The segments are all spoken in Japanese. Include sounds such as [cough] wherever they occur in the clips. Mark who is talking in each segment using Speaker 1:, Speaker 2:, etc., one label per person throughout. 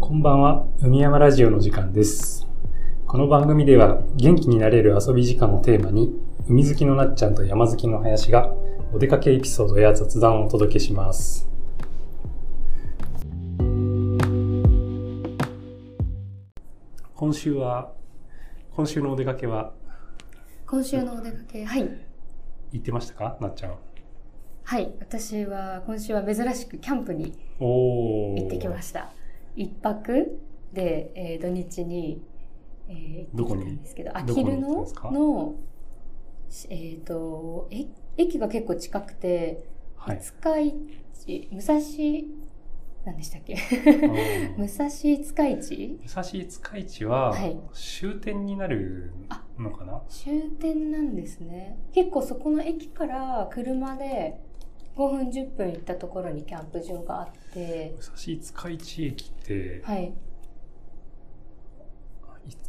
Speaker 1: こんばんは、海山ラジオの時間です。この番組では、元気になれる遊び時間をテーマに、海好きのなっちゃんと山好きの林が、お出かけエピソードや雑談をお届けします。今週は、今週のお出かけは
Speaker 2: 今週のお出かけ、はい。
Speaker 1: 行ってましたかなっちゃん。
Speaker 2: はい。私は、今週は珍しくキャンプに
Speaker 1: おー。
Speaker 2: 行ってきました。一泊で、えー土日に、えー
Speaker 1: どこに
Speaker 2: 行ってきたんですけど、あ
Speaker 1: どこ
Speaker 2: き
Speaker 1: に
Speaker 2: る
Speaker 1: 行ったんで
Speaker 2: の
Speaker 1: すか
Speaker 2: の、しえっ、とえ、駅が結構近くて、 [laughs]
Speaker 1: はい。
Speaker 2: 塚市、武蔵、何でしたっけ
Speaker 1: おー
Speaker 2: [laughs] 武蔵塚市
Speaker 1: 武蔵塚市は
Speaker 2: はい
Speaker 1: 終点になるのかな、
Speaker 2: 終点なんですね。結構そこの駅から車で5分10分行ったところにキャンプ場があって、
Speaker 1: 武蔵塚市駅って、
Speaker 2: はい。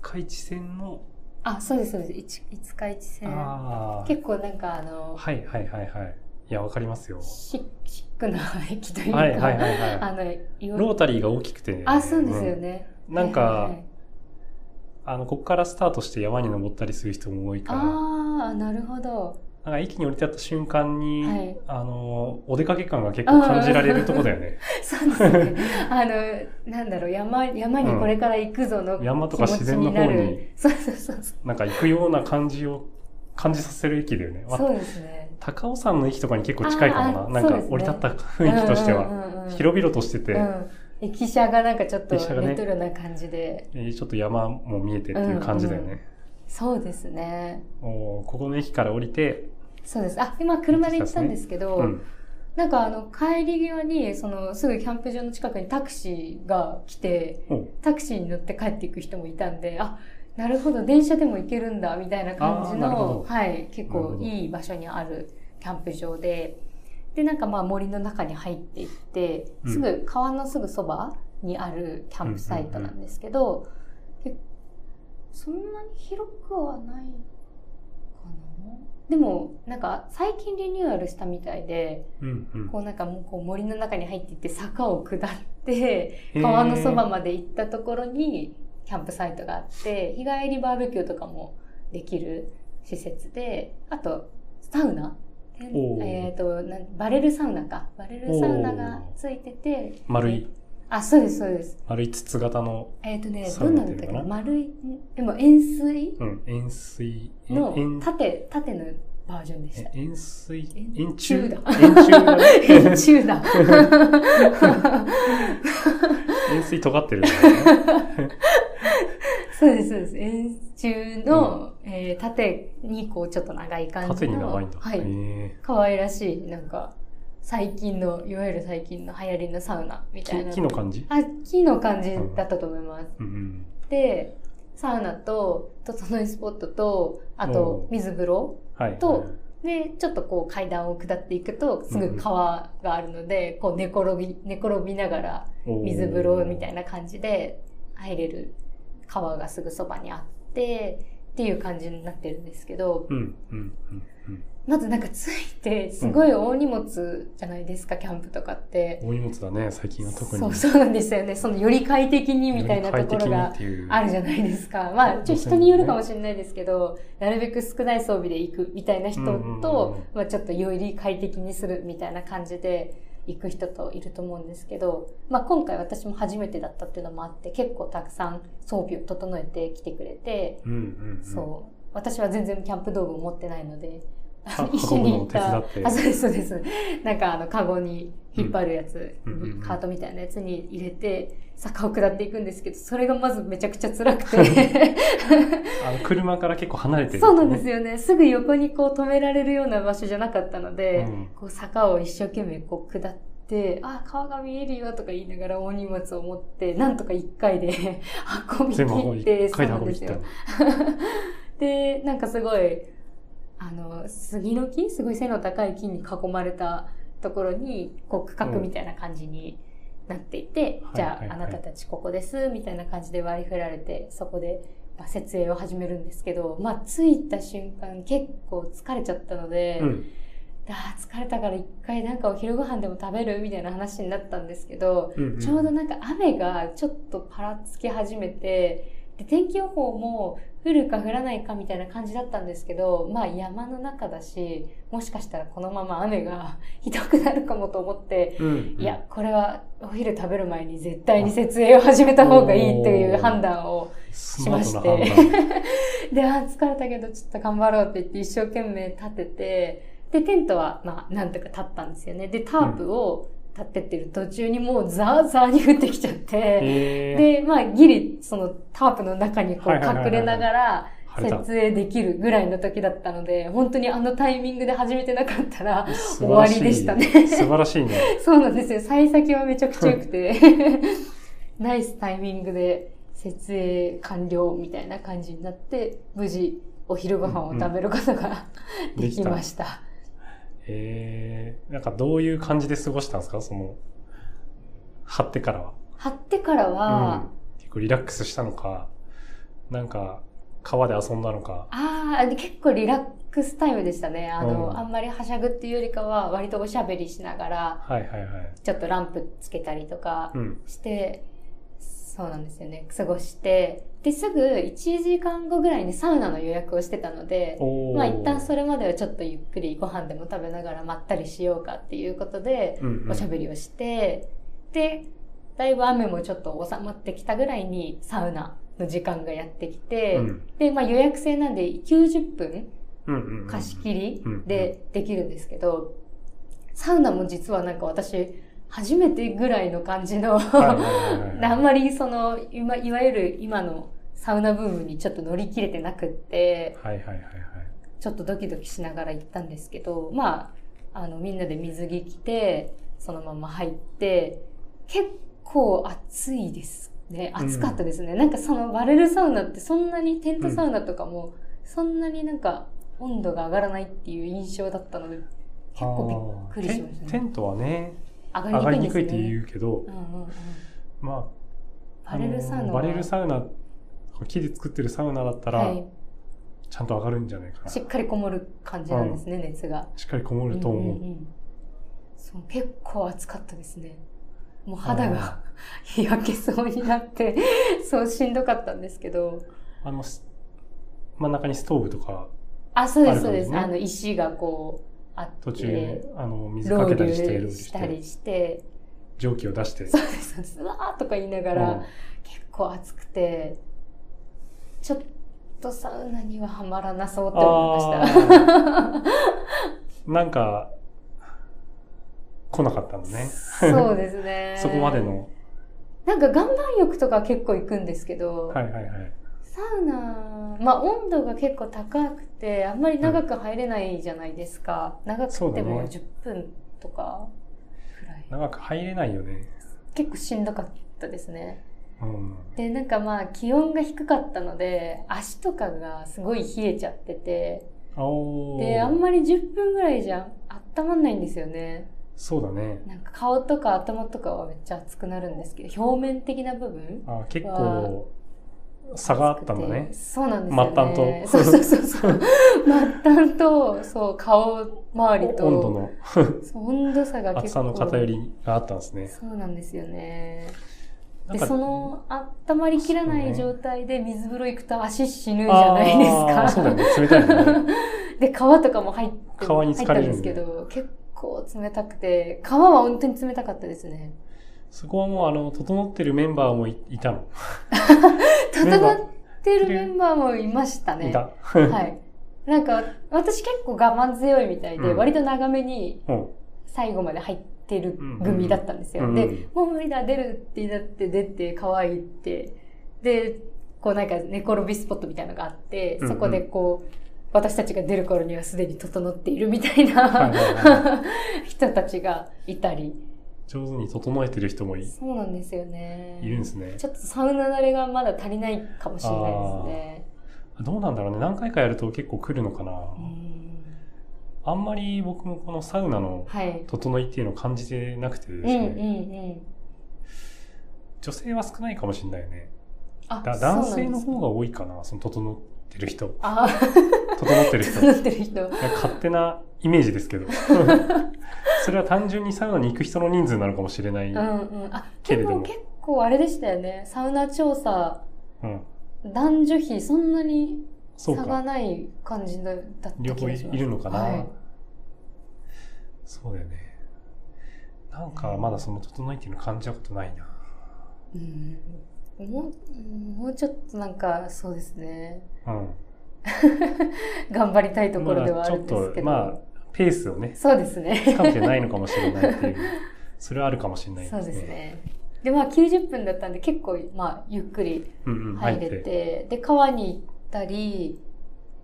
Speaker 1: 塚市線の、
Speaker 2: あ、そうです、そうです。一五日市線。
Speaker 1: ああ
Speaker 2: 結構なんかあの、
Speaker 1: はいはいはいはいいやわかりますよ
Speaker 2: シックシックな駅というか、
Speaker 1: はいはいはいは
Speaker 2: あの、い
Speaker 1: い
Speaker 2: わ
Speaker 1: ロータリーが大きくて
Speaker 2: あ、そうですよ、ね。
Speaker 1: うんなんか、
Speaker 2: はいはいはい
Speaker 1: あのここからスタートして山に登ったりする人も多いからなん
Speaker 2: ああ、なるほど。
Speaker 1: か駅に降り立った瞬間に、
Speaker 2: はい
Speaker 1: あのお出かけ感が結構感じられるとこだよね
Speaker 2: そうですね。
Speaker 1: [laughs]
Speaker 2: あの、なんだろう、山、山にこれから行くぞの、
Speaker 1: 山とか自然の方
Speaker 2: 気持ち
Speaker 1: に
Speaker 2: なるそうそうそうそ
Speaker 1: なんか行くような感じを感じさせる駅だよね、ま
Speaker 2: う。
Speaker 1: あ
Speaker 2: そうですね。
Speaker 1: 高尾山の駅とかに結構近いか
Speaker 2: あ
Speaker 1: も
Speaker 2: ー
Speaker 1: な。
Speaker 2: そう
Speaker 1: なん
Speaker 2: で
Speaker 1: か
Speaker 2: すね
Speaker 1: 降り立った雰囲気として
Speaker 2: う
Speaker 1: は。
Speaker 2: んうんうんうん
Speaker 1: 広々としてて、
Speaker 2: うん。駅舎がなんかちょっと
Speaker 1: 駅舎がね
Speaker 2: レトロな感じで。
Speaker 1: えーちょっと山も見えてっていう感じだよね。
Speaker 2: そうですね。
Speaker 1: おーここの駅から降りて、
Speaker 2: そうです。あ、今車で行ったんですけど、
Speaker 1: うん、
Speaker 2: なんかあの帰り際にそのすぐキャンプ場の近くにタクシーが来て
Speaker 1: おう
Speaker 2: タクシーに乗って帰っていく人もいたんであなるほど電車でも行けるんだみたいな感じ
Speaker 1: あーなるほど
Speaker 2: の、はい、結
Speaker 1: なる
Speaker 2: 構
Speaker 1: ほど
Speaker 2: いい場所にあるキャンプ場ででなんかまあ森の中に入っていって
Speaker 1: うん
Speaker 2: すぐ川のすぐそばにあるキャンプサイトなんですけど、けそんなに広くはないかなでもなんか最近リニューアルしたみたいで。
Speaker 1: うんうん
Speaker 2: こうなんかもうこう森の中に入っていって坂を下って
Speaker 1: へー
Speaker 2: 川のそばまで行ったところにキャンプサイトがあって日帰りバーベキューとかもできる施設であとサウナてん
Speaker 1: おー
Speaker 2: えー、となんバレルサウナかバレルサウナがついてて
Speaker 1: 丸い、
Speaker 2: あそうですそうです
Speaker 1: 丸い筒型の、
Speaker 2: えっ、とね
Speaker 1: サ
Speaker 2: ど
Speaker 1: ウ
Speaker 2: ん
Speaker 1: ナ
Speaker 2: な
Speaker 1: っ
Speaker 2: ん
Speaker 1: て
Speaker 2: だ
Speaker 1: い
Speaker 2: っ
Speaker 1: うの
Speaker 2: た
Speaker 1: かな
Speaker 2: かな丸いんでも円錐
Speaker 1: うん、円錐、え
Speaker 2: の
Speaker 1: 円
Speaker 2: 縦縦のバージョンでした
Speaker 1: え円錐、円
Speaker 2: 円
Speaker 1: 柱
Speaker 2: 柱
Speaker 1: 円柱
Speaker 2: だ [laughs]
Speaker 1: だね
Speaker 2: 円柱だ
Speaker 1: 円錐尖ってるよね。
Speaker 2: そうです、そうです。円柱の、えー縦にこうちょっと長い感じの。
Speaker 1: 縦に長いんだ。
Speaker 2: は
Speaker 1: へ
Speaker 2: い。
Speaker 1: ー
Speaker 2: 可愛らしい、なんか、最近の、いわゆる最近の流行りのサウナみたいな。
Speaker 1: 木木の感じ、
Speaker 2: あ、木の感じだったと思います。
Speaker 1: うんうん、
Speaker 2: で、サウナと、整いスポットと、あ
Speaker 1: おう
Speaker 2: と、水風呂。
Speaker 1: はい。
Speaker 2: とで、ちょっとこう階段を下っていくと、すぐ川があるので、こう寝転び、寝転びながら水風呂みたい
Speaker 1: な。
Speaker 2: な感じで入れる川がすぐそばにあってっていう感じになってるんですけど
Speaker 1: うん、うん、うん、うん。
Speaker 2: まずなんかついてすごい大荷物じゃないですか、キャンプとかって。
Speaker 1: 大荷物だね、最近は特に。
Speaker 2: そうそうなんですよねそのより快適にみたいなとこ
Speaker 1: 快
Speaker 2: ろ
Speaker 1: 適にっ
Speaker 2: が
Speaker 1: ていう
Speaker 2: あるじゃないですかまあちょ人によるかもしれないですけどなるべく少ない装備で行くみたいな人
Speaker 1: うんうんうん
Speaker 2: と、まあ、ちょっとより快適にするみたいな感じで行く人といると思うんですけど、まあ、今回私も初めてだったっていうのもあって結構たくさん装備を整えてきてくれて、
Speaker 1: うんうんうん、
Speaker 2: そう私は全然キャンプ道具を持ってないので
Speaker 1: あ
Speaker 2: [laughs] 一緒に行った
Speaker 1: 運ぶのを手伝って
Speaker 2: あそうですそうですなんかあのカゴに引っ張るやつ、
Speaker 1: うんうんうんうん
Speaker 2: カートみたいなやつに入れて坂を下っていくんですけどそれがまずめちゃくちゃ
Speaker 1: [laughs]
Speaker 2: 辛くて
Speaker 1: あの車から結構離れてる、
Speaker 2: [laughs] そうなんですよねすぐ横にこう止められるような場所じゃなかったので、
Speaker 1: うん
Speaker 2: こう坂を一生懸命こう下って。あ川が見えるよとか言いながら大荷物を持ってなんとか1回で [laughs] 運び切
Speaker 1: 全部運び
Speaker 2: っ
Speaker 1: 一
Speaker 2: て
Speaker 1: 回で
Speaker 2: そうなん
Speaker 1: 運び
Speaker 2: です
Speaker 1: 切っ
Speaker 2: よ
Speaker 1: たの。
Speaker 2: でなんかすごいあの杉の木すごい背の高い木に囲まれたところにこう区画みたいな感じになっていて、
Speaker 1: うん
Speaker 2: じゃ
Speaker 1: は
Speaker 2: あ、
Speaker 1: いはいはい
Speaker 2: あなたたちここですみたいな感じで割り振られてそこで、まあ、設営を始めるんですけどまあ着いた瞬間結構疲れちゃったので、
Speaker 1: うん
Speaker 2: あー疲れたから一回なんかお昼ご飯でも食べるみたいな話になったんですけど、
Speaker 1: うんうん
Speaker 2: ちょうどなんか雨がちょっとパラつき始めて、で、天気予報も降るか降らないかみたいな感じだったんですけど、まあ山の中だし、もしかしたらこのまま雨がひどくなるかもと思って、
Speaker 1: うんうん
Speaker 2: いや、これはお昼食べる前に絶対に設営を始めた方がいいっていう判断を、
Speaker 1: スマートな
Speaker 2: しま
Speaker 1: 判
Speaker 2: して [laughs]
Speaker 1: 断
Speaker 2: で、あー疲れたけどちょっと頑張ろうって言って一生懸命立てて、で、テントはまあなんとか立ったんですよね。で、タープを立ててる途中にもうザーザーに降ってきちゃって、
Speaker 1: えー
Speaker 2: で、まあ、ギリ、そのタープの中にこう
Speaker 1: はいはいはいはい
Speaker 2: 隠れながら、
Speaker 1: 晴れた
Speaker 2: 設営できるぐらいの時だったので、本当にあのタイミングで始めてなかっ
Speaker 1: [laughs]
Speaker 2: たら、
Speaker 1: 素晴らしい
Speaker 2: 終わりでした
Speaker 1: [laughs]
Speaker 2: ね
Speaker 1: 素晴らしいね
Speaker 2: そうなんですよ。幸先はめちゃくちゃ良くて、 [laughs] ナイスタイミングで設営完了みたいな感じになって、無事お昼ご飯を食べることが [laughs] できました。
Speaker 1: えー、なんかどういう感じで過ごしたんですかその、貼ってからは。
Speaker 2: 貼ってから
Speaker 1: う
Speaker 2: は、
Speaker 1: ん、結構リラックスしたのか、なんか川で遊んだのか。
Speaker 2: ああ、結構リラックスタイムでしたね。あの、
Speaker 1: うん
Speaker 2: あんまりはしゃぐっていうよりかは、割とおしゃべりしながら、
Speaker 1: はいはいはい。
Speaker 2: ちょっとランプつけたりとか
Speaker 1: うん。
Speaker 2: して、そうなんですよね。過ごして、で、すぐ1時間後ぐらいにサウナの予約をしてたので、
Speaker 1: おー
Speaker 2: まあ一旦それまではちょっとゆっくりご飯でも食べながらまったりしようかっていうことで、
Speaker 1: うんうん、
Speaker 2: おしゃべりをして、で、だいぶ雨もちょっと収まってきたぐらいにサウナの時間がやってきて、
Speaker 1: うん
Speaker 2: で、まあ予約制なんで90分
Speaker 1: うんうんうん、
Speaker 2: 貸し切り
Speaker 1: うん
Speaker 2: でできるんですけど、サウナも実はなんか私、初めてぐらいの感じの、
Speaker 1: はいはいはいはい
Speaker 2: [laughs] あんまりその、今いわゆる今のサウナブームにちょっと乗り切れてなくって、
Speaker 1: はいはいはいはい。
Speaker 2: ちょっとドキドキしながら行ったんですけど、まあ、あの、みんなで水着着て、そのまま入って、結構暑いですね。
Speaker 1: うん
Speaker 2: 暑かったですね。なんかそのバレルサウナってそんなにテントサウナとかも、そんなになんか温度が上がらないっていう印象だったので、結構びっくりしました
Speaker 1: あーテンテ
Speaker 2: ね。
Speaker 1: ントはね、
Speaker 2: 上
Speaker 1: 上が
Speaker 2: が
Speaker 1: り
Speaker 2: り
Speaker 1: に
Speaker 2: にく
Speaker 1: く
Speaker 2: い
Speaker 1: い
Speaker 2: ん
Speaker 1: っ
Speaker 2: です
Speaker 1: て
Speaker 2: ね。
Speaker 1: 言うけど、
Speaker 2: うんうんうん。
Speaker 1: まあ、
Speaker 2: バレル
Speaker 1: あ
Speaker 2: サウナ
Speaker 1: の
Speaker 2: は
Speaker 1: バレルサウナ、木で作ってるサウナだったら、
Speaker 2: はい、
Speaker 1: ちゃんと上がるんじゃないかな。
Speaker 2: しっかりこもる感じなんですね、熱が。
Speaker 1: しっかりこもると思う。
Speaker 2: んんんそう結構暑かったですねもう肌が日焼けそうになって [laughs] そうしんどかったんですけど
Speaker 1: あの、す真ん中にストーブとか、
Speaker 2: あそうですそうで
Speaker 1: あるかもです
Speaker 2: す、
Speaker 1: ね
Speaker 2: あの石がこうあって
Speaker 1: 途中、あの、水
Speaker 2: ロ
Speaker 1: か
Speaker 2: ウ
Speaker 1: け
Speaker 2: リ
Speaker 1: たりして、
Speaker 2: ュ
Speaker 1: ロウリュ
Speaker 2: したりして
Speaker 1: 蒸気を出して。
Speaker 2: そうですそうですうわーとか言いながら、
Speaker 1: うん
Speaker 2: 結構暑くてちょっとサウナにはハマらなそうって思いました
Speaker 1: あーなんか、来なかったのね。
Speaker 2: そうですね
Speaker 1: [laughs] そこまでの。
Speaker 2: なんか岩盤浴とか結構行くんですけど、
Speaker 1: はいはいはい。
Speaker 2: サウナ、まあ温度が結構高くて、あんまり長く入れないじゃないですか。長
Speaker 1: そう
Speaker 2: く
Speaker 1: だ
Speaker 2: ても
Speaker 1: ね
Speaker 2: 10分とかくらい。
Speaker 1: 長く入れないよね。
Speaker 2: 結構しんどかったですね。
Speaker 1: うん。
Speaker 2: で、なんかまあ気温が低かったので、足とかがすごい冷えちゃってて、
Speaker 1: おー
Speaker 2: で、あんまり10分ぐらいじゃ温まんないんですよね。
Speaker 1: そうだね。
Speaker 2: なんか顔とか頭とかはめっちゃ熱くなるんですけど、表面的な部分
Speaker 1: あー結構、差があったんだね。
Speaker 2: そうなんですよね。
Speaker 1: 末端と
Speaker 2: そうそうそうそう。末端と、そう、顔周りと、
Speaker 1: 温度の
Speaker 2: そう温度差が結構。
Speaker 1: 厚さの偏。りがあったんですね。
Speaker 2: そうなんですよね。
Speaker 1: なん
Speaker 2: で、
Speaker 1: か
Speaker 2: その、温まりきらない状態で水風呂行くと足死ぬじゃ
Speaker 1: あ
Speaker 2: な
Speaker 1: ー
Speaker 2: いです
Speaker 1: そう
Speaker 2: か。
Speaker 1: だね。冷たいよね。
Speaker 2: [laughs]
Speaker 1: [laughs]
Speaker 2: で、川とかも入って、
Speaker 1: 川に疲れる
Speaker 2: 入ったんですけど、結構冷たくて、川は本当に冷たかったですね。
Speaker 1: そこはもう、あの、整ってるメンバーもいいたの。メンバ
Speaker 2: 戦
Speaker 1: ー
Speaker 2: ってるメンバーもいましたね。
Speaker 1: いた。
Speaker 2: はい。なんか、私結構我慢強いみたいで、
Speaker 1: うん
Speaker 2: 割と長めに
Speaker 1: うん。
Speaker 2: 最後まで入ってる組だったんですよ。
Speaker 1: うん
Speaker 2: で、もう無理だ、出るってなって、出て、可愛いって。で、こうなんか寝転びスポットみたいなのがあって
Speaker 1: うんう、ん
Speaker 2: そこでこう、私たちが出る頃にはすでに整っているみたい
Speaker 1: はい
Speaker 2: な
Speaker 1: はいはい
Speaker 2: [laughs] 人たちがいたり。
Speaker 1: 上手に整えてる人もい
Speaker 2: そうなんですよね。
Speaker 1: いるんですね。
Speaker 2: ちょっとサウナ慣れがまだ足りないかもしれないですね。
Speaker 1: どうなんだろうね。何回かやると結構来るのかな。
Speaker 2: うん
Speaker 1: あんまり僕もこのサウナの
Speaker 2: はい。
Speaker 1: 整いっていうのを感じてなくてです
Speaker 2: うんうん
Speaker 1: ね、
Speaker 2: うん。
Speaker 1: 女性は少ないかもしれないよね。
Speaker 2: あ
Speaker 1: だ男性の
Speaker 2: そう
Speaker 1: 方が多いかな、その整ってる人、
Speaker 2: ああ、
Speaker 1: 整ってる人。い
Speaker 2: 整ってる人。
Speaker 1: や勝手なイメージですけど。 [laughs] それは単純にサウナに行く人の人数なのかもしれない。
Speaker 2: う
Speaker 1: うん。
Speaker 2: んうん。あ、
Speaker 1: け
Speaker 2: で
Speaker 1: れども
Speaker 2: も結構あれでしたよね。サウナ調査、男女比そんなに
Speaker 1: そ
Speaker 2: 差
Speaker 1: う
Speaker 2: が
Speaker 1: か。
Speaker 2: ない感じだった
Speaker 1: 両
Speaker 2: 気
Speaker 1: 方
Speaker 2: が
Speaker 1: い
Speaker 2: します
Speaker 1: るのかな、
Speaker 2: はい
Speaker 1: そうだよね。なんかまだその整いっていうの感じたことないな。
Speaker 2: うんもうもうちょっとなんかそうですね
Speaker 1: うん。
Speaker 2: 頑張りたいところでは
Speaker 1: ま
Speaker 2: あ
Speaker 1: だ
Speaker 2: る
Speaker 1: ち
Speaker 2: ん
Speaker 1: ょっ
Speaker 2: ですけ
Speaker 1: と、
Speaker 2: ど、
Speaker 1: まあ、ペースをね、
Speaker 2: そうですね
Speaker 1: 掴めてないのかもしれないっていう、
Speaker 2: [laughs]
Speaker 1: それはあるかもしれない
Speaker 2: そうです。ねでまあ90分だったんで結構、まあ、ゆっくり
Speaker 1: うんうん、入
Speaker 2: 入
Speaker 1: っ
Speaker 2: れて
Speaker 1: て。
Speaker 2: で川に行ったり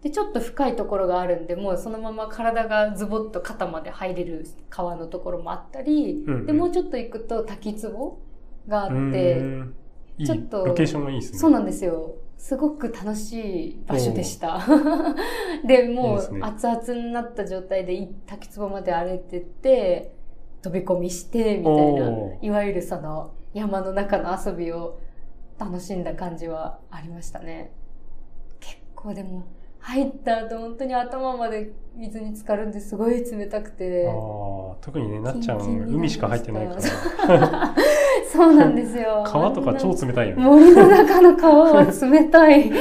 Speaker 2: でちょっと深いところがあるんでもうそのまま体がズボッと肩まで入れる川のところもあったり、
Speaker 1: うんうん
Speaker 2: でもうちょっと行くと滝壺があっ
Speaker 1: う
Speaker 2: て、
Speaker 1: ーんいい
Speaker 2: ちょっと
Speaker 1: ロケーションもいいですね。
Speaker 2: そうなんですよ。すごく楽しい場所でした。 [laughs] で、も
Speaker 1: いいです
Speaker 2: う
Speaker 1: ね
Speaker 2: 熱々になった状態でい滝壺まで歩いてって、飛び込みして、みたいな
Speaker 1: お、
Speaker 2: いわゆるその山の中の遊びを楽しんだ感じはありましたね。結構でも、入った後本当に頭まで水に浸かるんですごい冷たくて。
Speaker 1: ああ、特にね、なっちゃん、
Speaker 2: キンキンになりま
Speaker 1: 海
Speaker 2: し
Speaker 1: したか入ってないから、。
Speaker 2: そうなんですよ
Speaker 1: [laughs] 川とか超冷たいよね。
Speaker 2: 森の中の川は冷たい。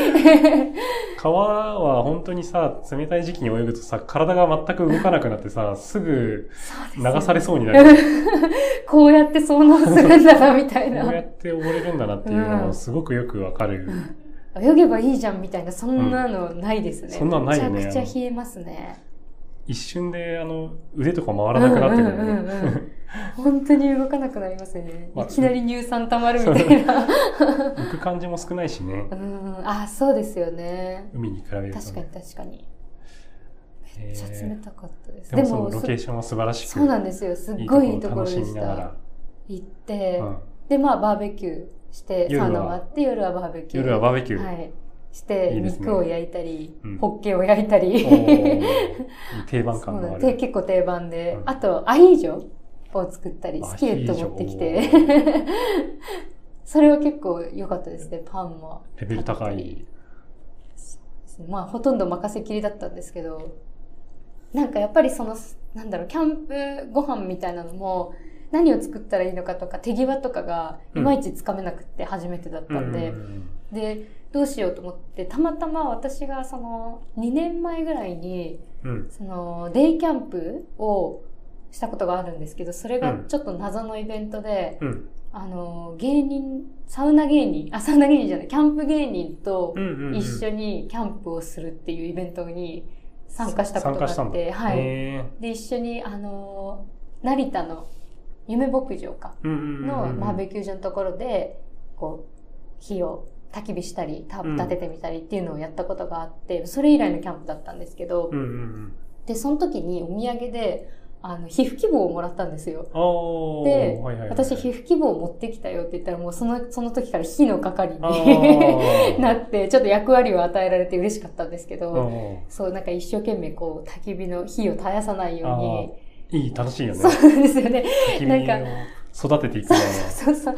Speaker 1: 川は本当にさ、冷たい時期に泳ぐとさ、体が全く動かなくなってさ、すぐ流されそうになる。
Speaker 2: [laughs] こうやって遭難するんだな、みたい
Speaker 1: こうや
Speaker 2: な。
Speaker 1: って溺れるんだなっていうのもすごくよくわかる。
Speaker 2: 泳げばいいじゃん、みたいな、そんなのないですね。
Speaker 1: そんなのないよね
Speaker 2: めちゃくちゃ冷えますね。
Speaker 1: 一瞬で、あの、腕とか回らなくなってくるよね。
Speaker 2: うんうんうんうん本当に動かなくなりますね。
Speaker 1: まあ
Speaker 2: いきなり乳酸溜まるみたいな。
Speaker 1: 浮く感じも少ないしね
Speaker 2: [laughs] う。ん、あ、そうですよね。
Speaker 1: 海に比べると、ね。
Speaker 2: 確かに確かに。めっちゃ
Speaker 1: え
Speaker 2: 冷たかったです。
Speaker 1: ーでもそのロケー
Speaker 2: そ
Speaker 1: ションは素晴らしく。
Speaker 2: そうなんですよ。すっごいいいところ
Speaker 1: 楽
Speaker 2: で
Speaker 1: しみ
Speaker 2: し
Speaker 1: なが
Speaker 2: た
Speaker 1: ら。。
Speaker 2: 行って、 [laughs]
Speaker 1: うん
Speaker 2: で、まあ、バーベキューして、
Speaker 1: 夜は
Speaker 2: サウナもあって、夜はバーベキュー。
Speaker 1: 夜はバーベキュー。
Speaker 2: はい、して
Speaker 1: いいですね
Speaker 2: 肉を焼いたり、
Speaker 1: うん
Speaker 2: ホッケを焼いたり
Speaker 1: おーいい定番
Speaker 2: そう
Speaker 1: 感
Speaker 2: な
Speaker 1: の
Speaker 2: ん
Speaker 1: あ
Speaker 2: で
Speaker 1: る。
Speaker 2: 結構定番で、
Speaker 1: うん
Speaker 2: あとアヒージョを作ったり
Speaker 1: ア
Speaker 2: ス
Speaker 1: ヒ
Speaker 2: キレ
Speaker 1: ー
Speaker 2: ッ
Speaker 1: ジョ
Speaker 2: ト持ってきて [laughs] それは結構良かったですねパンも
Speaker 1: レベル高
Speaker 2: [laughs]
Speaker 1: い。
Speaker 2: まあほとんど任せきりだったんですけどなんかやっぱりそのなんだろうキャンプご飯みたいなのも何を作ったらいいのかとか手際とかがいまいちつかめなくって初めてだったんで、
Speaker 1: うん
Speaker 2: でどうしようと思ってたまたま私がその2年前ぐらいに
Speaker 1: うん。
Speaker 2: そのデイキャンプをしたことがあるんですけどそれがちょっと謎のイベントで、
Speaker 1: うん。
Speaker 2: あの芸人サウナ芸人あサウナ芸人じゃないキャンプ芸人と
Speaker 1: うんうんうん
Speaker 2: 一緒にキャンプをするっていうイベントに参加したことがあ
Speaker 1: 参
Speaker 2: っ
Speaker 1: 加
Speaker 2: て、
Speaker 1: し
Speaker 2: は
Speaker 1: へ
Speaker 2: い、
Speaker 1: ー
Speaker 2: で一緒にあの成田の夢牧場か
Speaker 1: うんうんうん
Speaker 2: のバーベキュー場のところでこう火を焚き火したりタープ立ててみたりっていうのをやったことがあって、それ以来のキャンプだったんですけど、
Speaker 1: うんうんうん。
Speaker 2: でその時にお土産であの皮膚希望をもらったんですよ。
Speaker 1: あー
Speaker 2: で、
Speaker 1: はいはいはい
Speaker 2: 私皮膚希望を持ってきたよって言ったらもうそのその時から火の係
Speaker 1: あ
Speaker 2: に
Speaker 1: ー
Speaker 2: [laughs] なってちょっと役割を与えられて嬉しかったんですけど、
Speaker 1: うん
Speaker 2: そうなんか一生懸命こう焚き火の火を絶やさないよ
Speaker 1: いい、楽しいよ
Speaker 2: うに
Speaker 1: ね。
Speaker 2: そうなんですよね [laughs]
Speaker 1: 君
Speaker 2: な
Speaker 1: を育てていくのは。
Speaker 2: そうそう。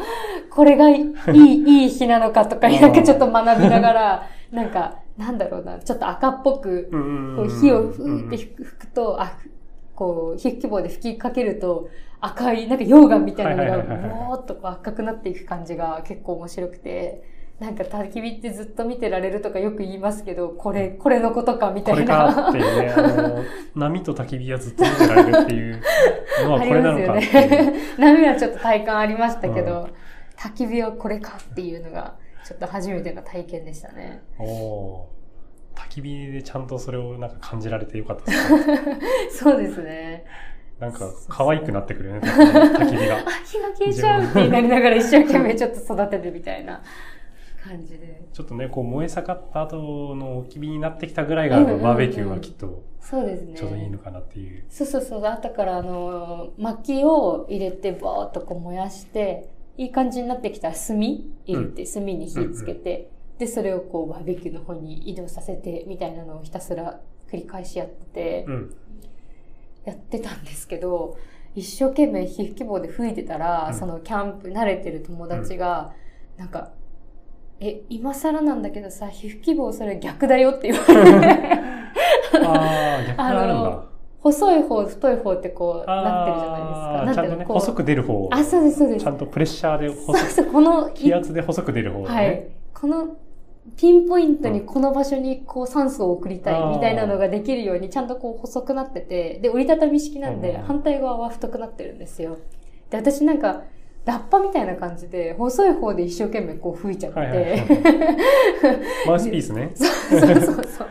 Speaker 2: これがいい、いい日なのかとか、
Speaker 1: うん
Speaker 2: なんかちょっと学びながら、なんか、なんだろうな、ちょっと赤っぽく、
Speaker 1: うんうん
Speaker 2: こ
Speaker 1: うん
Speaker 2: う火をふーって吹くと、あ、こう、火規模で吹きかけると、赤い、なんか溶岩みたいな
Speaker 1: はいは
Speaker 2: の
Speaker 1: いはい
Speaker 2: が、
Speaker 1: はい
Speaker 2: もーっとこう赤くなっていく感じが結構面白くて、なんか焚き火ってずっと見てられるとかよく言いますけど、これ、これのことかみた
Speaker 1: これ
Speaker 2: い
Speaker 1: か
Speaker 2: な。
Speaker 1: っていうね、あの、波と焚き火はずっと見てられるっていうのは
Speaker 2: あ
Speaker 1: こ
Speaker 2: り
Speaker 1: れな
Speaker 2: ます
Speaker 1: の
Speaker 2: よ [laughs]
Speaker 1: かっていう。
Speaker 2: ね。波はちょっと体感ありましたけ
Speaker 1: う
Speaker 2: ど、焚き火はこれかっていうのが、ちょっと初めての体験でしたね。
Speaker 1: おー焚き火でちゃんとそれをなんか感じられてよかったですね。
Speaker 2: そうですね。
Speaker 1: なんか可愛くなってくるよね、焚き火が
Speaker 2: あ。、火が消えちゃうってなりながら一生懸命ちょっと育てるみたいな感じで。
Speaker 1: ちょっとね、こう燃え盛った後の焚き火になってきたぐらいが、
Speaker 2: うんうんうん
Speaker 1: バーベキューはきっと
Speaker 2: そうですね。
Speaker 1: ちょうどいいのかなっていう。
Speaker 2: そうそうそう。後からあの、薪を入れて、ぼーっとこう燃やして、いい感じになってきたら炭入れて、炭に火つけて、で、それをこうバーベキューの方に移動させて、みたいなのをひたすら繰り返しやってて、
Speaker 1: うん。
Speaker 2: やってたんですけど、一生懸命皮膚希望で吹いてたら、
Speaker 1: うん
Speaker 2: そのキャンプ慣れてる友達が、なんか、え、今更なんだけどさ、皮膚希望それ逆だよって言われ
Speaker 1: [laughs]
Speaker 2: て。
Speaker 1: ああ、逆があるん
Speaker 2: あ
Speaker 1: だ。
Speaker 2: 細い方、太い方ってこう、
Speaker 1: あー
Speaker 2: なってるじゃないですか。
Speaker 1: ちゃんと
Speaker 2: なんていう
Speaker 1: ね、
Speaker 2: のこう
Speaker 1: 細く出る方。
Speaker 2: あ、そうです、そうです。
Speaker 1: ちゃんとプレッシャーで細
Speaker 2: そう
Speaker 1: く、
Speaker 2: そう、このい、
Speaker 1: 気圧で細く出る方だ
Speaker 2: は
Speaker 1: ね。
Speaker 2: い。この、ピンポイントにこの場所にこう酸素を送りた
Speaker 1: あ
Speaker 2: い
Speaker 1: ー
Speaker 2: みたいなのができるようにちゃんとこう細くなってて、で、折りたたみ式なん
Speaker 1: うん
Speaker 2: で
Speaker 1: うん
Speaker 2: 反対側は太くなってるんですよ。で、私なんか、ラッパみたいな感じで、細い方で一生懸命こう吹いちゃって、
Speaker 1: はいはいはい。マウスピースね。
Speaker 2: [laughs] そうそうそう。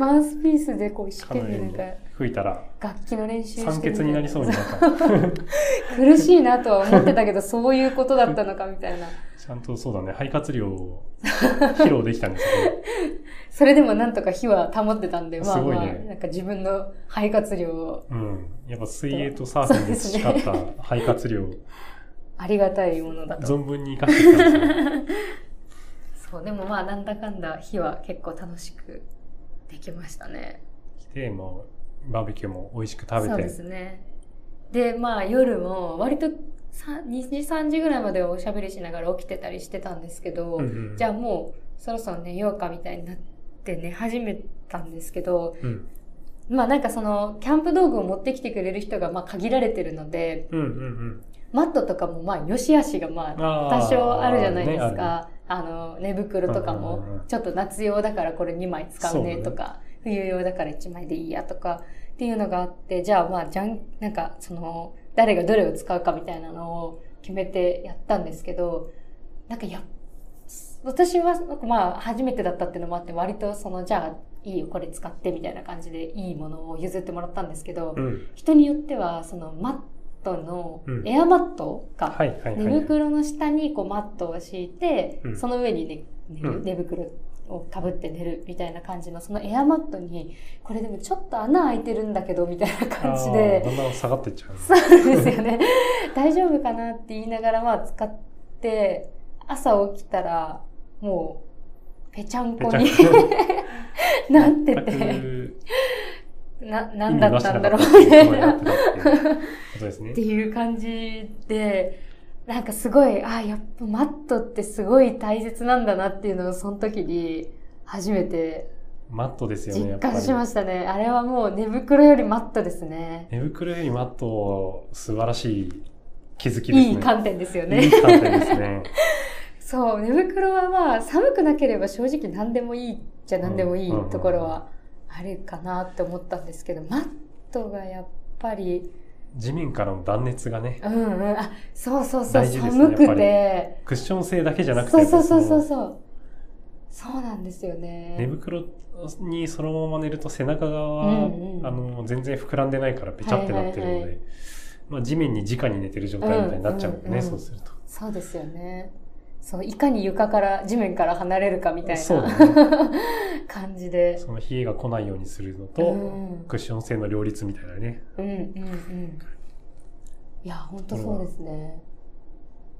Speaker 2: マウスピースでこう一生懸命なんか
Speaker 1: 吹いたら、
Speaker 2: 楽器の練習して
Speaker 1: 酸欠になりそうになった。
Speaker 2: 苦しいなとは思ってたけど、そういうことだったのかみたいな。
Speaker 1: ちゃんとそうだね、肺活量を披露できたんですね。
Speaker 2: それでもなんとか火は保ってたんで、まあ
Speaker 1: すごい
Speaker 2: まあ、
Speaker 1: ね
Speaker 2: なんか自分の肺活量を
Speaker 1: うん。やっぱ水泳とサーフィンで培った肺活量を
Speaker 2: ありがたいものだと。
Speaker 1: 存分に活かしてきたんですね。
Speaker 2: そう、でもまあなんだかんだ火は結構楽しくできましたね。
Speaker 1: で、まあ、バーベキューも美味しく食
Speaker 2: そう
Speaker 1: べて。
Speaker 2: ですね。で、まあ夜も割とさ2時、3時ぐらいまではおしゃべりしながら起きてたりしてたんですけど、
Speaker 1: うんうん
Speaker 2: じゃあもうそろそろ寝ようかみたいになって寝始めたんですけど、
Speaker 1: うん
Speaker 2: まあなんかそのキャンプ道具を持ってきてくれる人がまあ限られてるので、
Speaker 1: うんうんうん。
Speaker 2: マットとかもまあ良し悪しがまあ
Speaker 1: あー
Speaker 2: 多少あるじゃないです。
Speaker 1: ねある
Speaker 2: か。あの、寝袋とか
Speaker 1: うんうんうんう
Speaker 2: も
Speaker 1: ん、
Speaker 2: ちょっと夏用だからこれ2枚使
Speaker 1: そ
Speaker 2: うね
Speaker 1: うだね
Speaker 2: とか、冬用だから1枚でいいやとか、っていうのがあって、じゃあまあ、じゃん、なんか、その、誰がどれを使うかみたいなのを決めてやったんですけど、なんかや、私は、なんかまあ、初めてだったっていうのもあって、割とその、じゃあ、いいよ、これ使ってみたいな感じで、いいものを譲ってもらったんですけど、
Speaker 1: うん。
Speaker 2: 人によっては、その、マットの
Speaker 1: う、ん
Speaker 2: エアマットが
Speaker 1: はいはいはい。
Speaker 2: 寝袋の下にこうマットを敷いて、
Speaker 1: うん
Speaker 2: その上に、ね、寝る
Speaker 1: うん
Speaker 2: 寝袋をかぶって寝るみたいな感じのそのエアマットにこれでもちょっと穴開いてるんだけどみたいな感じ
Speaker 1: あー
Speaker 2: で
Speaker 1: だんだん下がってっちゃう。
Speaker 2: そうですよね [laughs] 大丈夫かなって言いながらまあ使って朝起きたらもうぺちゃんこに [laughs] なって
Speaker 1: [laughs]
Speaker 2: て
Speaker 1: 全
Speaker 2: な
Speaker 1: く
Speaker 2: な
Speaker 1: 意
Speaker 2: ん
Speaker 1: 味
Speaker 2: だ
Speaker 1: な
Speaker 2: っ
Speaker 1: したなんか
Speaker 2: だろ
Speaker 1: った
Speaker 2: う
Speaker 1: って
Speaker 2: み
Speaker 1: い
Speaker 2: た
Speaker 1: うの
Speaker 2: い
Speaker 1: をや
Speaker 2: な
Speaker 1: ってたっていうことですね
Speaker 2: って。いう感じで、なんかすごい、あ、やっぱマットってすごい大切なんだなっていうのをその時に初めて
Speaker 1: マットですよね、や
Speaker 2: 実
Speaker 1: っぱり
Speaker 2: 感。しましたね。あれはもう寝袋よりマットですね。
Speaker 1: 寝袋よりマット、素晴らしい気づきですね。
Speaker 2: いい観点ですよ
Speaker 1: い
Speaker 2: ね
Speaker 1: い。観点ですね。
Speaker 2: そう、寝袋はまあ寒くなければ正直何でもいいじゃ何でもいい
Speaker 1: うん
Speaker 2: ところはあるかなって思ったんですけど、マットがやっぱり、
Speaker 1: 地面からの断熱がね、
Speaker 2: うんうん、あ、そうそうそう、
Speaker 1: 大事ですね
Speaker 2: 寒
Speaker 1: やっぱ
Speaker 2: く
Speaker 1: り
Speaker 2: て、
Speaker 1: クッション性だけじゃなくて、
Speaker 2: そうそうそうそう
Speaker 1: その
Speaker 2: そう。そうなんですよね。
Speaker 1: 寝袋にそのまま寝ると背中側は、
Speaker 2: うんうん
Speaker 1: あの全然膨らんでないからペチャってなってるので、
Speaker 2: はいはいはい
Speaker 1: まあ、地面に直に寝てる状態みたいになっちゃうもんね、
Speaker 2: うんうんうん
Speaker 1: そうすると。
Speaker 2: そうですよね。そう、いかに床から、地面から離れるかみたい
Speaker 1: そう
Speaker 2: な
Speaker 1: だね。
Speaker 2: 感じで。
Speaker 1: その冷えが来ないようにするのと、
Speaker 2: うん
Speaker 1: クッション性の両立みたいなね。
Speaker 2: うんうんうん。いや、ほんとそうですね。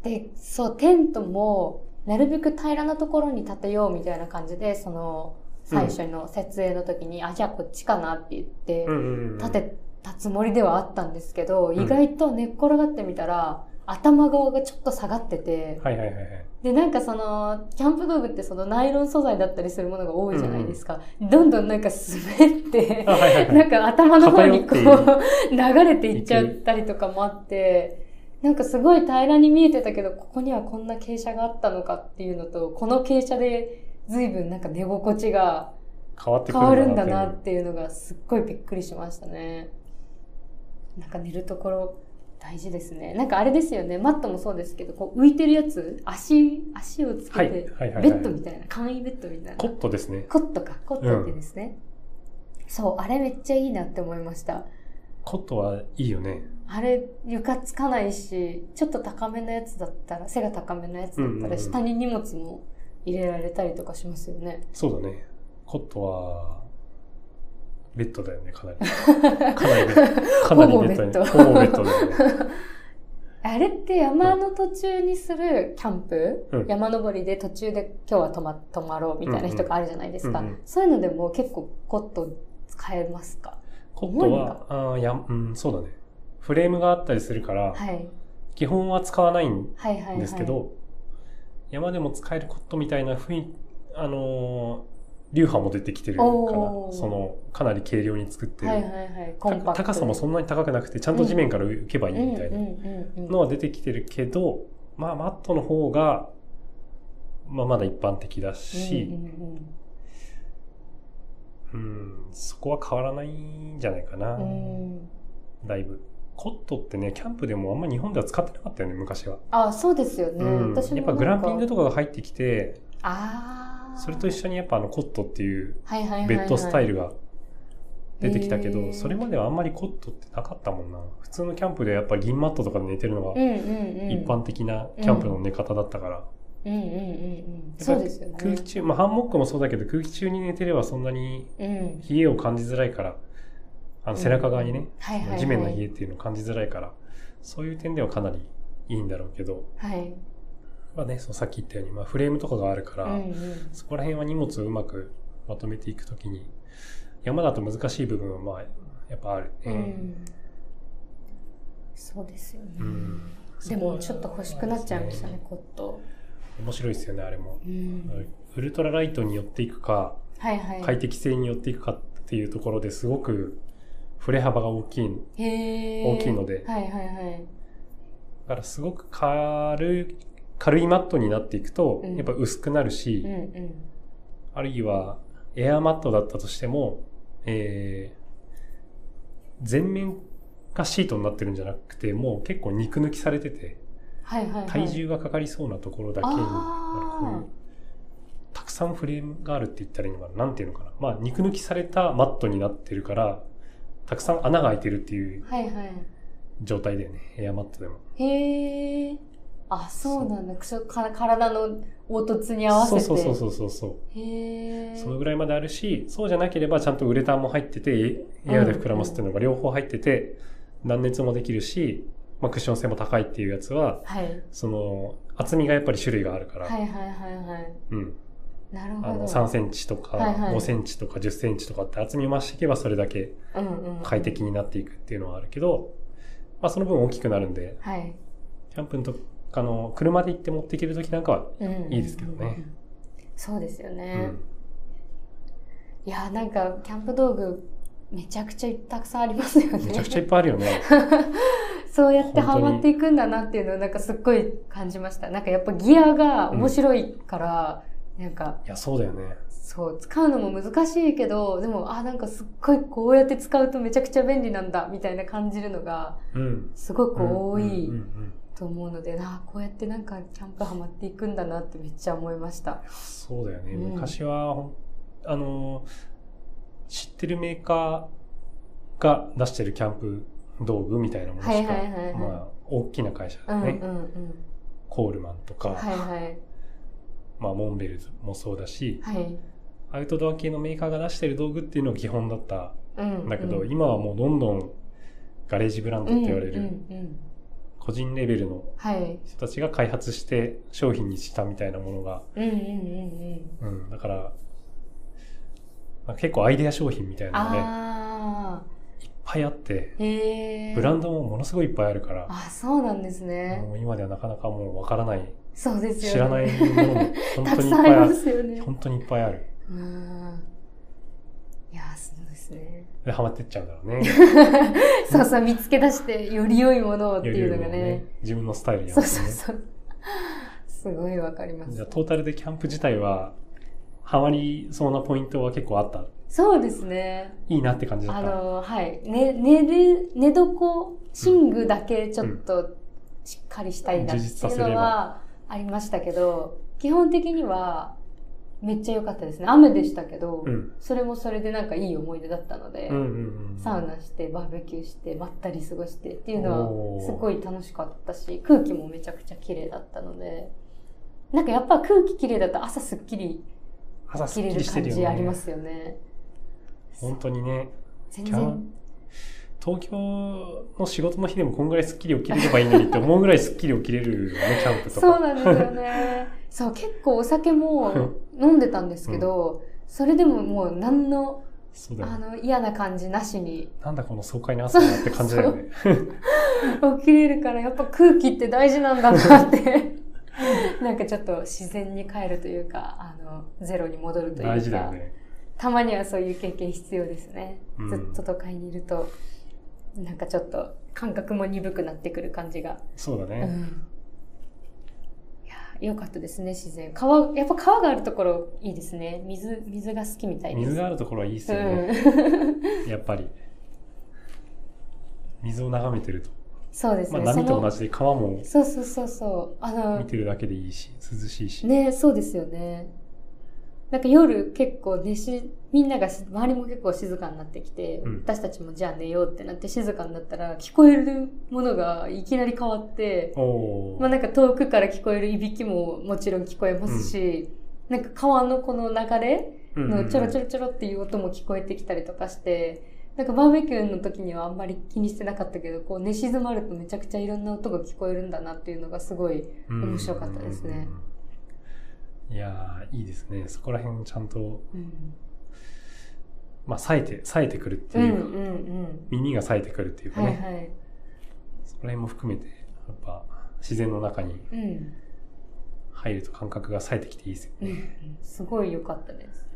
Speaker 2: で、そう、テントも、なるべく平らなところに建てようみたいな感じで、その、最初の設営の時に、あ、じゃあこっちかなって言って、
Speaker 1: うんうんうん
Speaker 2: 立てたつもりではあったんですけど、
Speaker 1: ん
Speaker 2: 意外と寝っ転がってみたら、頭側がちょっと下がってて、
Speaker 1: はいはいはいはい。
Speaker 2: で、なんかその、キャンプ道具ってそのナイロン素材だったりするものが多いじゃないですか。どんどんなんか滑って
Speaker 1: あ、、はいはいはい。
Speaker 2: なんか頭の方にこ
Speaker 1: 偏っ
Speaker 2: う、流れていっちゃったりとかもあって、なんかすごい平らに見えてたけど、ここにはこんな傾斜があったのかっていうのと、この傾斜で随分なんか寝心地が
Speaker 1: 変わってく
Speaker 2: 変わる
Speaker 1: る
Speaker 2: ん
Speaker 1: ん
Speaker 2: だ
Speaker 1: だ
Speaker 2: な
Speaker 1: な
Speaker 2: っ
Speaker 1: って
Speaker 2: ていうのがすっごいびっくりしましたね。なんか寝るところ大事ですね。なんかあれですよね。マットもそうですけど、こう浮いてるやつ、足、足をつけて、
Speaker 1: はいはいはいはい
Speaker 2: ベッドみたいな、簡易ベッドみたいな。
Speaker 1: コットですね
Speaker 2: コットか、コットってですね。そう、あれめっちゃいいなって思いました。
Speaker 1: コットはいいよね
Speaker 2: あれ、床つかないし、ちょっと高めのやつだったら、背が高めのやつだ
Speaker 1: う
Speaker 2: っ
Speaker 1: ん
Speaker 2: た
Speaker 1: うんう
Speaker 2: ら、
Speaker 1: ん
Speaker 2: 下に荷物も入れられたりとかしますよね。
Speaker 1: そうだねコットはベッドだよねかなり
Speaker 2: [laughs]
Speaker 1: かなりベッドかなりベッドに
Speaker 2: ほ
Speaker 1: ほ
Speaker 2: ぼ
Speaker 1: ぼベ
Speaker 2: ベッ
Speaker 1: ッドだよね
Speaker 2: あれって山の途中にするキャンプ、
Speaker 1: うん
Speaker 2: 山登りで途中で今日は泊ま泊まろうみたいな人があるじゃないですか、
Speaker 1: うんうんうんうん
Speaker 2: そういうのでも結構コットン使えますか
Speaker 1: コットはあーいやうんそうだねフレームがあったりするから、
Speaker 2: はい
Speaker 1: 基本は使わないん
Speaker 2: はいはいはい
Speaker 1: ですけど、山でも使えることみたいな雰囲気、あのー流派も出てきてるかな。
Speaker 2: おー
Speaker 1: その、かなり軽量に作ってる。
Speaker 2: はいはいはい。コンパクト
Speaker 1: た高さもそんなに高くなくて、ちゃんと地面から浮けばいいみたいな
Speaker 2: うんうんうんうん
Speaker 1: のは出てきてるけど、まあ、マットの方が、まあ、まだ一般的だし、
Speaker 2: うんうん
Speaker 1: うん、そこは変わらないんじゃないかな、
Speaker 2: うんうん
Speaker 1: だいぶ。コットってね、キャンプでもあんま日本では使ってなかったよね、昔は。
Speaker 2: あ、そうですよね。
Speaker 1: うん、
Speaker 2: 私も
Speaker 1: やっぱグランピング
Speaker 2: と
Speaker 1: とかが入ってきて、
Speaker 2: ああ。
Speaker 1: それと一緒にやっぱあのコットっていう
Speaker 2: はいはいはいはい
Speaker 1: ベッドスタイルが出てきたけ
Speaker 2: へー
Speaker 1: ど、それまではあんまりコットってなかったもんな。普通のキャンプでやっぱ銀マットとかで寝てるのが
Speaker 2: うんうんうん。
Speaker 1: 一般的なキャンプの寝方だったから、
Speaker 2: うんうんうんうん。そうですよね。
Speaker 1: 空気中、まあハンモックもそうだけど空気中に寝てればそんなに
Speaker 2: う
Speaker 1: 冷
Speaker 2: ん。
Speaker 1: えを感じづらいから、あの背中側にね、
Speaker 2: はいはいはい。
Speaker 1: 地面の冷えっていうのを感じづらいから、そういう点ではかなりいいんだろうけど、
Speaker 2: はい。
Speaker 1: まあね、そのさっき言ったように、まあ、フレームとかがあるから、
Speaker 2: うんうん
Speaker 1: そこら辺は荷物をうまくまとめていくときに、山だと難しい部分はまあ、やっぱある
Speaker 2: う
Speaker 1: ね。
Speaker 2: ん。そうですよね。
Speaker 1: うん
Speaker 2: でもちょっと欲しくなっちゃいましたね
Speaker 1: そ、
Speaker 2: コット。
Speaker 1: う面白いですよね、あれも
Speaker 2: う。ん。
Speaker 1: ウルトラライトによっていくか、
Speaker 2: はいはい。
Speaker 1: 快適性によっていくかっていうところですごく、振れ幅が大きい。
Speaker 2: へー
Speaker 1: 大きいので
Speaker 2: はいはいはい。
Speaker 1: だからすごく軽い、軽いマットになっていくと、
Speaker 2: うん
Speaker 1: やっぱ薄くなるし、
Speaker 2: うんうん。
Speaker 1: あるいは、エアマットだったとしても、えー全面がシートになってるんじゃなくて、もう結構肉抜きされてて、
Speaker 2: はいはいはい。
Speaker 1: 体重がかかりそうなところだけに、
Speaker 2: あー
Speaker 1: なんかこういうたくさんフレームがあるって言ったらいいのかななんていうのかなまあ、肉抜きされたマットになってるから、たくさん穴が開いてるっていう
Speaker 2: はいはい。
Speaker 1: 状態だよね。エアマットでも。
Speaker 2: へえ。あ、そうなんだ。そうか体の凹凸に合わせて。
Speaker 1: そうそうそうそうそう。
Speaker 2: へえ。
Speaker 1: そのぐらいまであるし、そうじゃなければちゃんとウレタンも入ってて、エエアで膨らますっていうのが両方入ってて、断熱もできるし、まあ、クッション性も高いっていうやつは、
Speaker 2: はい。
Speaker 1: その、厚みがやっぱり種類があるから、
Speaker 2: はいはいはいはい。
Speaker 1: うん。
Speaker 2: なるほど。
Speaker 1: あの、3センチとか、
Speaker 2: はいはい
Speaker 1: 5センチとか、10センチとかって厚み増していけばそれだけ
Speaker 2: うんうん、
Speaker 1: 快適。になっていくっていうのはあるけど、まあ、その分大きくなるんで、
Speaker 2: はい。
Speaker 1: キャンプとかの、車で行って持っていけるときなんかは、
Speaker 2: うん、
Speaker 1: いいですけどね。
Speaker 2: そうですよ
Speaker 1: う
Speaker 2: ね。
Speaker 1: ん。
Speaker 2: いやー、なんか、キャンプ道具、めちゃくちゃたくさんありますよね。
Speaker 1: めちゃくちゃいっぱいあるよね。
Speaker 2: そうやってハ
Speaker 1: 本当に
Speaker 2: マっていくんだなっていうのをなんかすっごい感じました。なんかやっぱギアが面白いから、なんか
Speaker 1: いや、そうだよね。
Speaker 2: そう、使うのも難しいけど、でも、あ、なんかすっごいこうやって使うとめちゃくちゃ便利なんだみたいな感じるのが
Speaker 1: うん。
Speaker 2: すごく多い
Speaker 1: うんうんうん
Speaker 2: と思うので、あこうやってなんかキャンプハマっていくんだなってめっちゃ思いました。
Speaker 1: そうだよね。
Speaker 2: うん
Speaker 1: 昔はほん、あのー、知ってるメーカーが出してるキャンプ道具みたいなものしか、
Speaker 2: はいはいはいはい
Speaker 1: まあ、大きな会社
Speaker 2: う
Speaker 1: だ
Speaker 2: んうん
Speaker 1: ね。
Speaker 2: うん。
Speaker 1: コールマンとか、
Speaker 2: はいはい。
Speaker 1: まあ、モンベルズもそうだし、
Speaker 2: はい。
Speaker 1: アウトドア系のメーカーが出してる道具っていうのが基本だった
Speaker 2: うん、うんん。
Speaker 1: だけど、今はもうどんどんガレージブランドって言われ
Speaker 2: うんう
Speaker 1: る
Speaker 2: んうん、
Speaker 1: 個人レベルの
Speaker 2: はい。
Speaker 1: 人たちが開発して商品にしたみたいなものが、
Speaker 2: うんうんうんうん。
Speaker 1: うん、だから、まあ結構アイデア商品みたいなのがね、
Speaker 2: あ
Speaker 1: いっぱいあって、
Speaker 2: あ、へえ。
Speaker 1: ブランドもものすごいいっぱいあるから、
Speaker 2: あ、そうなんですね。
Speaker 1: もう今ではなかなかもうわからない、
Speaker 2: そうですよね。
Speaker 1: 知らないものも本
Speaker 2: [laughs] た
Speaker 1: 当
Speaker 2: く
Speaker 1: にいっ
Speaker 2: さん
Speaker 1: ぱ
Speaker 2: あ
Speaker 1: い
Speaker 2: り
Speaker 1: あ
Speaker 2: ま
Speaker 1: る。
Speaker 2: すよね。
Speaker 1: 本当にいっぱいある。
Speaker 2: うん。いやー、そうですね。
Speaker 1: で、ハマってっちゃうんだろう
Speaker 2: [laughs]
Speaker 1: ね。
Speaker 2: そうそう、見つけ出して、より良いものをって
Speaker 1: より
Speaker 2: い
Speaker 1: 良
Speaker 2: う
Speaker 1: い
Speaker 2: の
Speaker 1: も
Speaker 2: が
Speaker 1: のを
Speaker 2: ね。。
Speaker 1: 自分のスタイルに合
Speaker 2: そ
Speaker 1: わ
Speaker 2: う
Speaker 1: せて
Speaker 2: そう
Speaker 1: ね。
Speaker 2: そう。すごいわかりま
Speaker 1: じゃ
Speaker 2: す
Speaker 1: あ、。トータルでキャンプ自体は、ハマりそうなポイントは結構あった。
Speaker 2: そうですね。
Speaker 1: いいなって感じだ
Speaker 2: あ
Speaker 1: った。
Speaker 2: の、はい。ね、寝る、寝床、寝具だけちょっとしっかりしたいなっていうのはありましたけど、基本的にはめっちゃ良かったですね。雨でしたけど、
Speaker 1: うん。
Speaker 2: それもそれでなんかいい思い出だったので、
Speaker 1: うんうんうん。
Speaker 2: サウナしてバーベキューしてまったり過ごしてっていうの
Speaker 1: お
Speaker 2: は
Speaker 1: ー
Speaker 2: すごい楽しかったし空気もめちゃくちゃ綺麗だったのでなんかやっぱ空気綺麗だと朝すっきり
Speaker 1: 朝す
Speaker 2: 切
Speaker 1: っ
Speaker 2: れ
Speaker 1: き
Speaker 2: る
Speaker 1: りして
Speaker 2: 感
Speaker 1: るよ
Speaker 2: じ
Speaker 1: ね。
Speaker 2: ありますよね
Speaker 1: 本当にね、
Speaker 2: 全
Speaker 1: キャン
Speaker 2: 然
Speaker 1: 東京の仕事の日でもこんぐらいすっきり起きれればいいのにって思うぐらいすっきり起きれるよね、キャンプとか。
Speaker 2: そうなんですよ
Speaker 1: [laughs]
Speaker 2: ねそう結構お酒も飲んでたんですけど、それでももう何の
Speaker 1: そうだよ
Speaker 2: あ
Speaker 1: ね。
Speaker 2: の嫌な感じなしに
Speaker 1: なんだこの爽快な朝だなって感じだよね。 [laughs]
Speaker 2: 起きれるからやっぱ空気って大事なんだなってなんかちょっと自然に帰るというか、あの、ゼロに戻るというか。
Speaker 1: 大事だよね。
Speaker 2: たまにはそういう経験必要ですね、
Speaker 1: うん
Speaker 2: ずっと都会にいるとなんかちょっと感覚も鈍くなってくる感じが、
Speaker 1: そうだ
Speaker 2: う
Speaker 1: ね。
Speaker 2: ん、いやー良かったですね自然川やっぱ川があるところいいですね水水が好きみたいです
Speaker 1: 水があるところはいいです
Speaker 2: う
Speaker 1: よね。
Speaker 2: ん、 [laughs]
Speaker 1: やっぱり。水を眺めてると。
Speaker 2: そうです
Speaker 1: ま
Speaker 2: ね、
Speaker 1: あ、
Speaker 2: そ
Speaker 1: 波と同
Speaker 2: の
Speaker 1: じで川も
Speaker 2: そうそうそうそうあ
Speaker 1: 見
Speaker 2: の
Speaker 1: てるだけでいいし、涼しいし。
Speaker 2: ねそうですよねなんか夜結構寝しみんながし周りも結構静かになってきて、
Speaker 1: うん
Speaker 2: 私たちもじゃあ寝ようってなって静かになったら聞こえるものがいきなり変わって、
Speaker 1: おー
Speaker 2: まあ、なんか遠くから聞こえるいびきももちろん聞こえますし、なんか川のこの流れ
Speaker 1: うんうんう
Speaker 2: の
Speaker 1: ん
Speaker 2: ちょろちょろちょろっていう音も聞こえてきたりとかして。なんかバーベキューの時にはあんまり気にしてなかったけどこう寝静まるとめちゃくちゃいろんな音が聞こえるんだなっていうのがすごい
Speaker 1: うん
Speaker 2: 面白かったですね。
Speaker 1: いやーいいですね。そこら辺ちゃんと、
Speaker 2: うん
Speaker 1: まあ、冴えて、冴えてくるって
Speaker 2: うん
Speaker 1: いう
Speaker 2: う
Speaker 1: か、
Speaker 2: んうん
Speaker 1: 耳が冴えてくるっていうか
Speaker 2: は
Speaker 1: ね、
Speaker 2: いはい。
Speaker 1: そこら辺も含めて、やっぱ自然の中に
Speaker 2: うん。
Speaker 1: 入ると感覚が冴えてきていいですよ
Speaker 2: う
Speaker 1: ね。
Speaker 2: んすごい良かったです。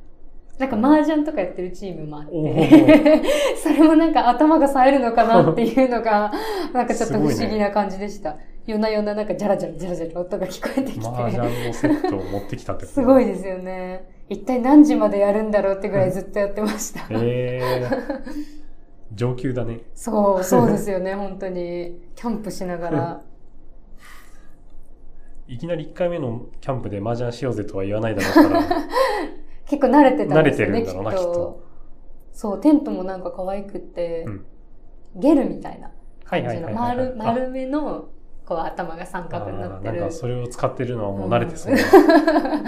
Speaker 2: なんか麻雀とかやってるチームもあっ
Speaker 1: お
Speaker 2: て、 [laughs] それもなんか頭が冴えるのかなっていうのが、なんかちょっと不思議な感じでした。夜な夜ななんかジャラジャラジャラジャラ音が聞こえてき
Speaker 1: 麻
Speaker 2: て、
Speaker 1: 雀のセットを持ってきたってこと
Speaker 2: すごいですよね。一体何時までやるんだろうってぐらいずっとやってました。
Speaker 1: えー、上級だね。
Speaker 2: そう、そうですよね、本当に。キャンプしながら。
Speaker 1: いきなり1回目のキャンプで麻雀しようぜとは言わないだろう
Speaker 2: [laughs]
Speaker 1: から、
Speaker 2: 結構慣れてたんです
Speaker 1: 慣れて
Speaker 2: よ
Speaker 1: る
Speaker 2: ね、
Speaker 1: ん
Speaker 2: き
Speaker 1: だ
Speaker 2: っ
Speaker 1: ろうなきっ
Speaker 2: と
Speaker 1: と。
Speaker 2: そう、テントもなんか可愛くって、
Speaker 1: うん
Speaker 2: ゲルみたいな
Speaker 1: は
Speaker 2: 感
Speaker 1: いは
Speaker 2: じ
Speaker 1: いは
Speaker 2: の
Speaker 1: いはいはい
Speaker 2: 丸、丸めの、こう頭が三角にな
Speaker 1: あ
Speaker 2: っ
Speaker 1: ー
Speaker 2: て
Speaker 1: なん
Speaker 2: る
Speaker 1: か。それを使ってるのはもう慣れてそうな、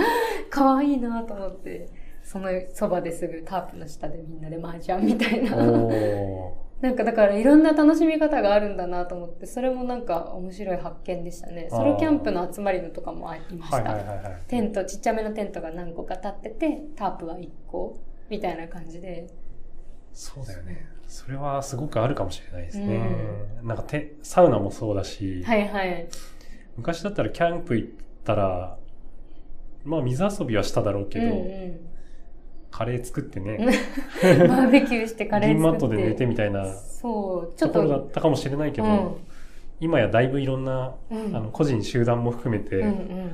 Speaker 2: 可愛いなと思って、そのそばですぐタープの下でみんなで麻雀みたいな。
Speaker 1: お
Speaker 2: なんかだからいろんな楽しみ方があるんだなと思って、それもなんか面白い発見でしたね。ソロキャンプの集まりのとかもありま
Speaker 1: ー
Speaker 2: し
Speaker 1: はい
Speaker 2: た。
Speaker 1: はいはいはい
Speaker 2: テント、ちっちゃめのテントが何個か立ってて、タープは1個みたいな感じで。
Speaker 1: そうだよねそれはすごくあるかもしれないですね、なんかてサウナもそうだし、
Speaker 2: はいはい。
Speaker 1: 昔だったらキャンプ行ったらまあ水遊びはしただろうけど、
Speaker 2: うん
Speaker 1: カレー作ってね
Speaker 2: うん、バーベキューしてカレー
Speaker 1: 銀マ
Speaker 2: 作
Speaker 1: ッ
Speaker 2: って
Speaker 1: トで寝てみたいな
Speaker 2: そうちょ
Speaker 1: と
Speaker 2: っ
Speaker 1: ころだ
Speaker 2: と
Speaker 1: ったかもしれないけど、今やだいぶいろんな、
Speaker 2: うんうん
Speaker 1: あの個人集団も含めて、
Speaker 2: うんうん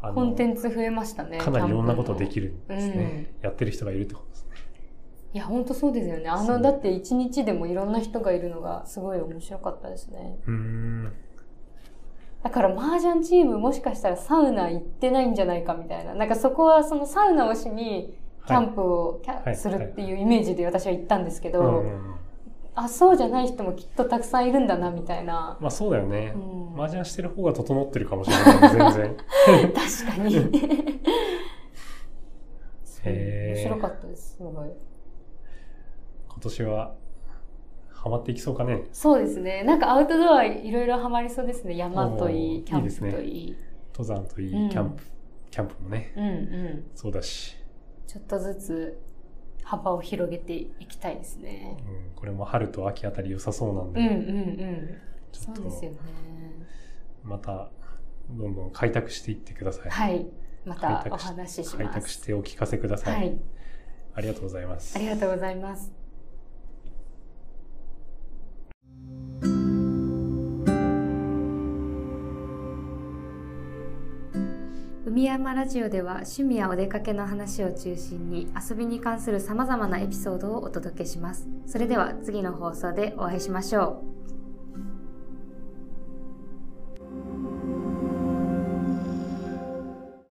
Speaker 1: あの
Speaker 2: コンテンツ増えましたね
Speaker 1: かなりいろんなことで
Speaker 2: る
Speaker 1: きるんですね、やってる人がいるってことですね
Speaker 2: いや本当そうですよねあ
Speaker 1: そ
Speaker 2: の
Speaker 1: う
Speaker 2: だって一日でもいろんな人がいるのがすごい面白かったですね
Speaker 1: うーん
Speaker 2: だから麻雀チームもしかしたらサウナ行ってないんじゃないかみたいななんかそこはそのサウナをしにキャンプをキャ
Speaker 1: はい
Speaker 2: するっていうイメージで私は行ったんですけど、
Speaker 1: はいうんうんうん
Speaker 2: あそうじゃない人もきっとたくさんいるんだなみたいな、
Speaker 1: まあそうだよね
Speaker 2: う、ん、
Speaker 1: 麻雀してる方が整ってるかもしれない全然
Speaker 2: [laughs] 確か
Speaker 1: [laughs]
Speaker 2: にそう
Speaker 1: へー
Speaker 2: 面白かったですすごい
Speaker 1: 今年はハマっていきそうかね
Speaker 2: そうですねなんかアウトドアいろいろハマりそうですね山とい
Speaker 1: お
Speaker 2: い
Speaker 1: ー
Speaker 2: キャンプといい
Speaker 1: 登山といい、
Speaker 2: うん
Speaker 1: キャンプキャンプもね
Speaker 2: うんう
Speaker 1: そうだし、
Speaker 2: んちょっとずつ幅を広げていきたいですね
Speaker 1: うん、これも春と秋あたり良さそうなんで、
Speaker 2: うんうんうん
Speaker 1: ちょっ
Speaker 2: そうですよ
Speaker 1: と
Speaker 2: ね
Speaker 1: またどんどん開拓していってください、
Speaker 2: はいまた
Speaker 1: 開
Speaker 2: お
Speaker 1: 拓し
Speaker 2: 話しし
Speaker 1: 開
Speaker 2: ま
Speaker 1: 拓し
Speaker 2: す
Speaker 1: てお聞かせください、
Speaker 2: はい
Speaker 1: ありがとうございます
Speaker 2: ありがとうございます海山ラジオでは趣味やお出かけの話を中心に遊びに関するさまざまなエピソードをお届けします。それでは次の放送でお会いしましょう。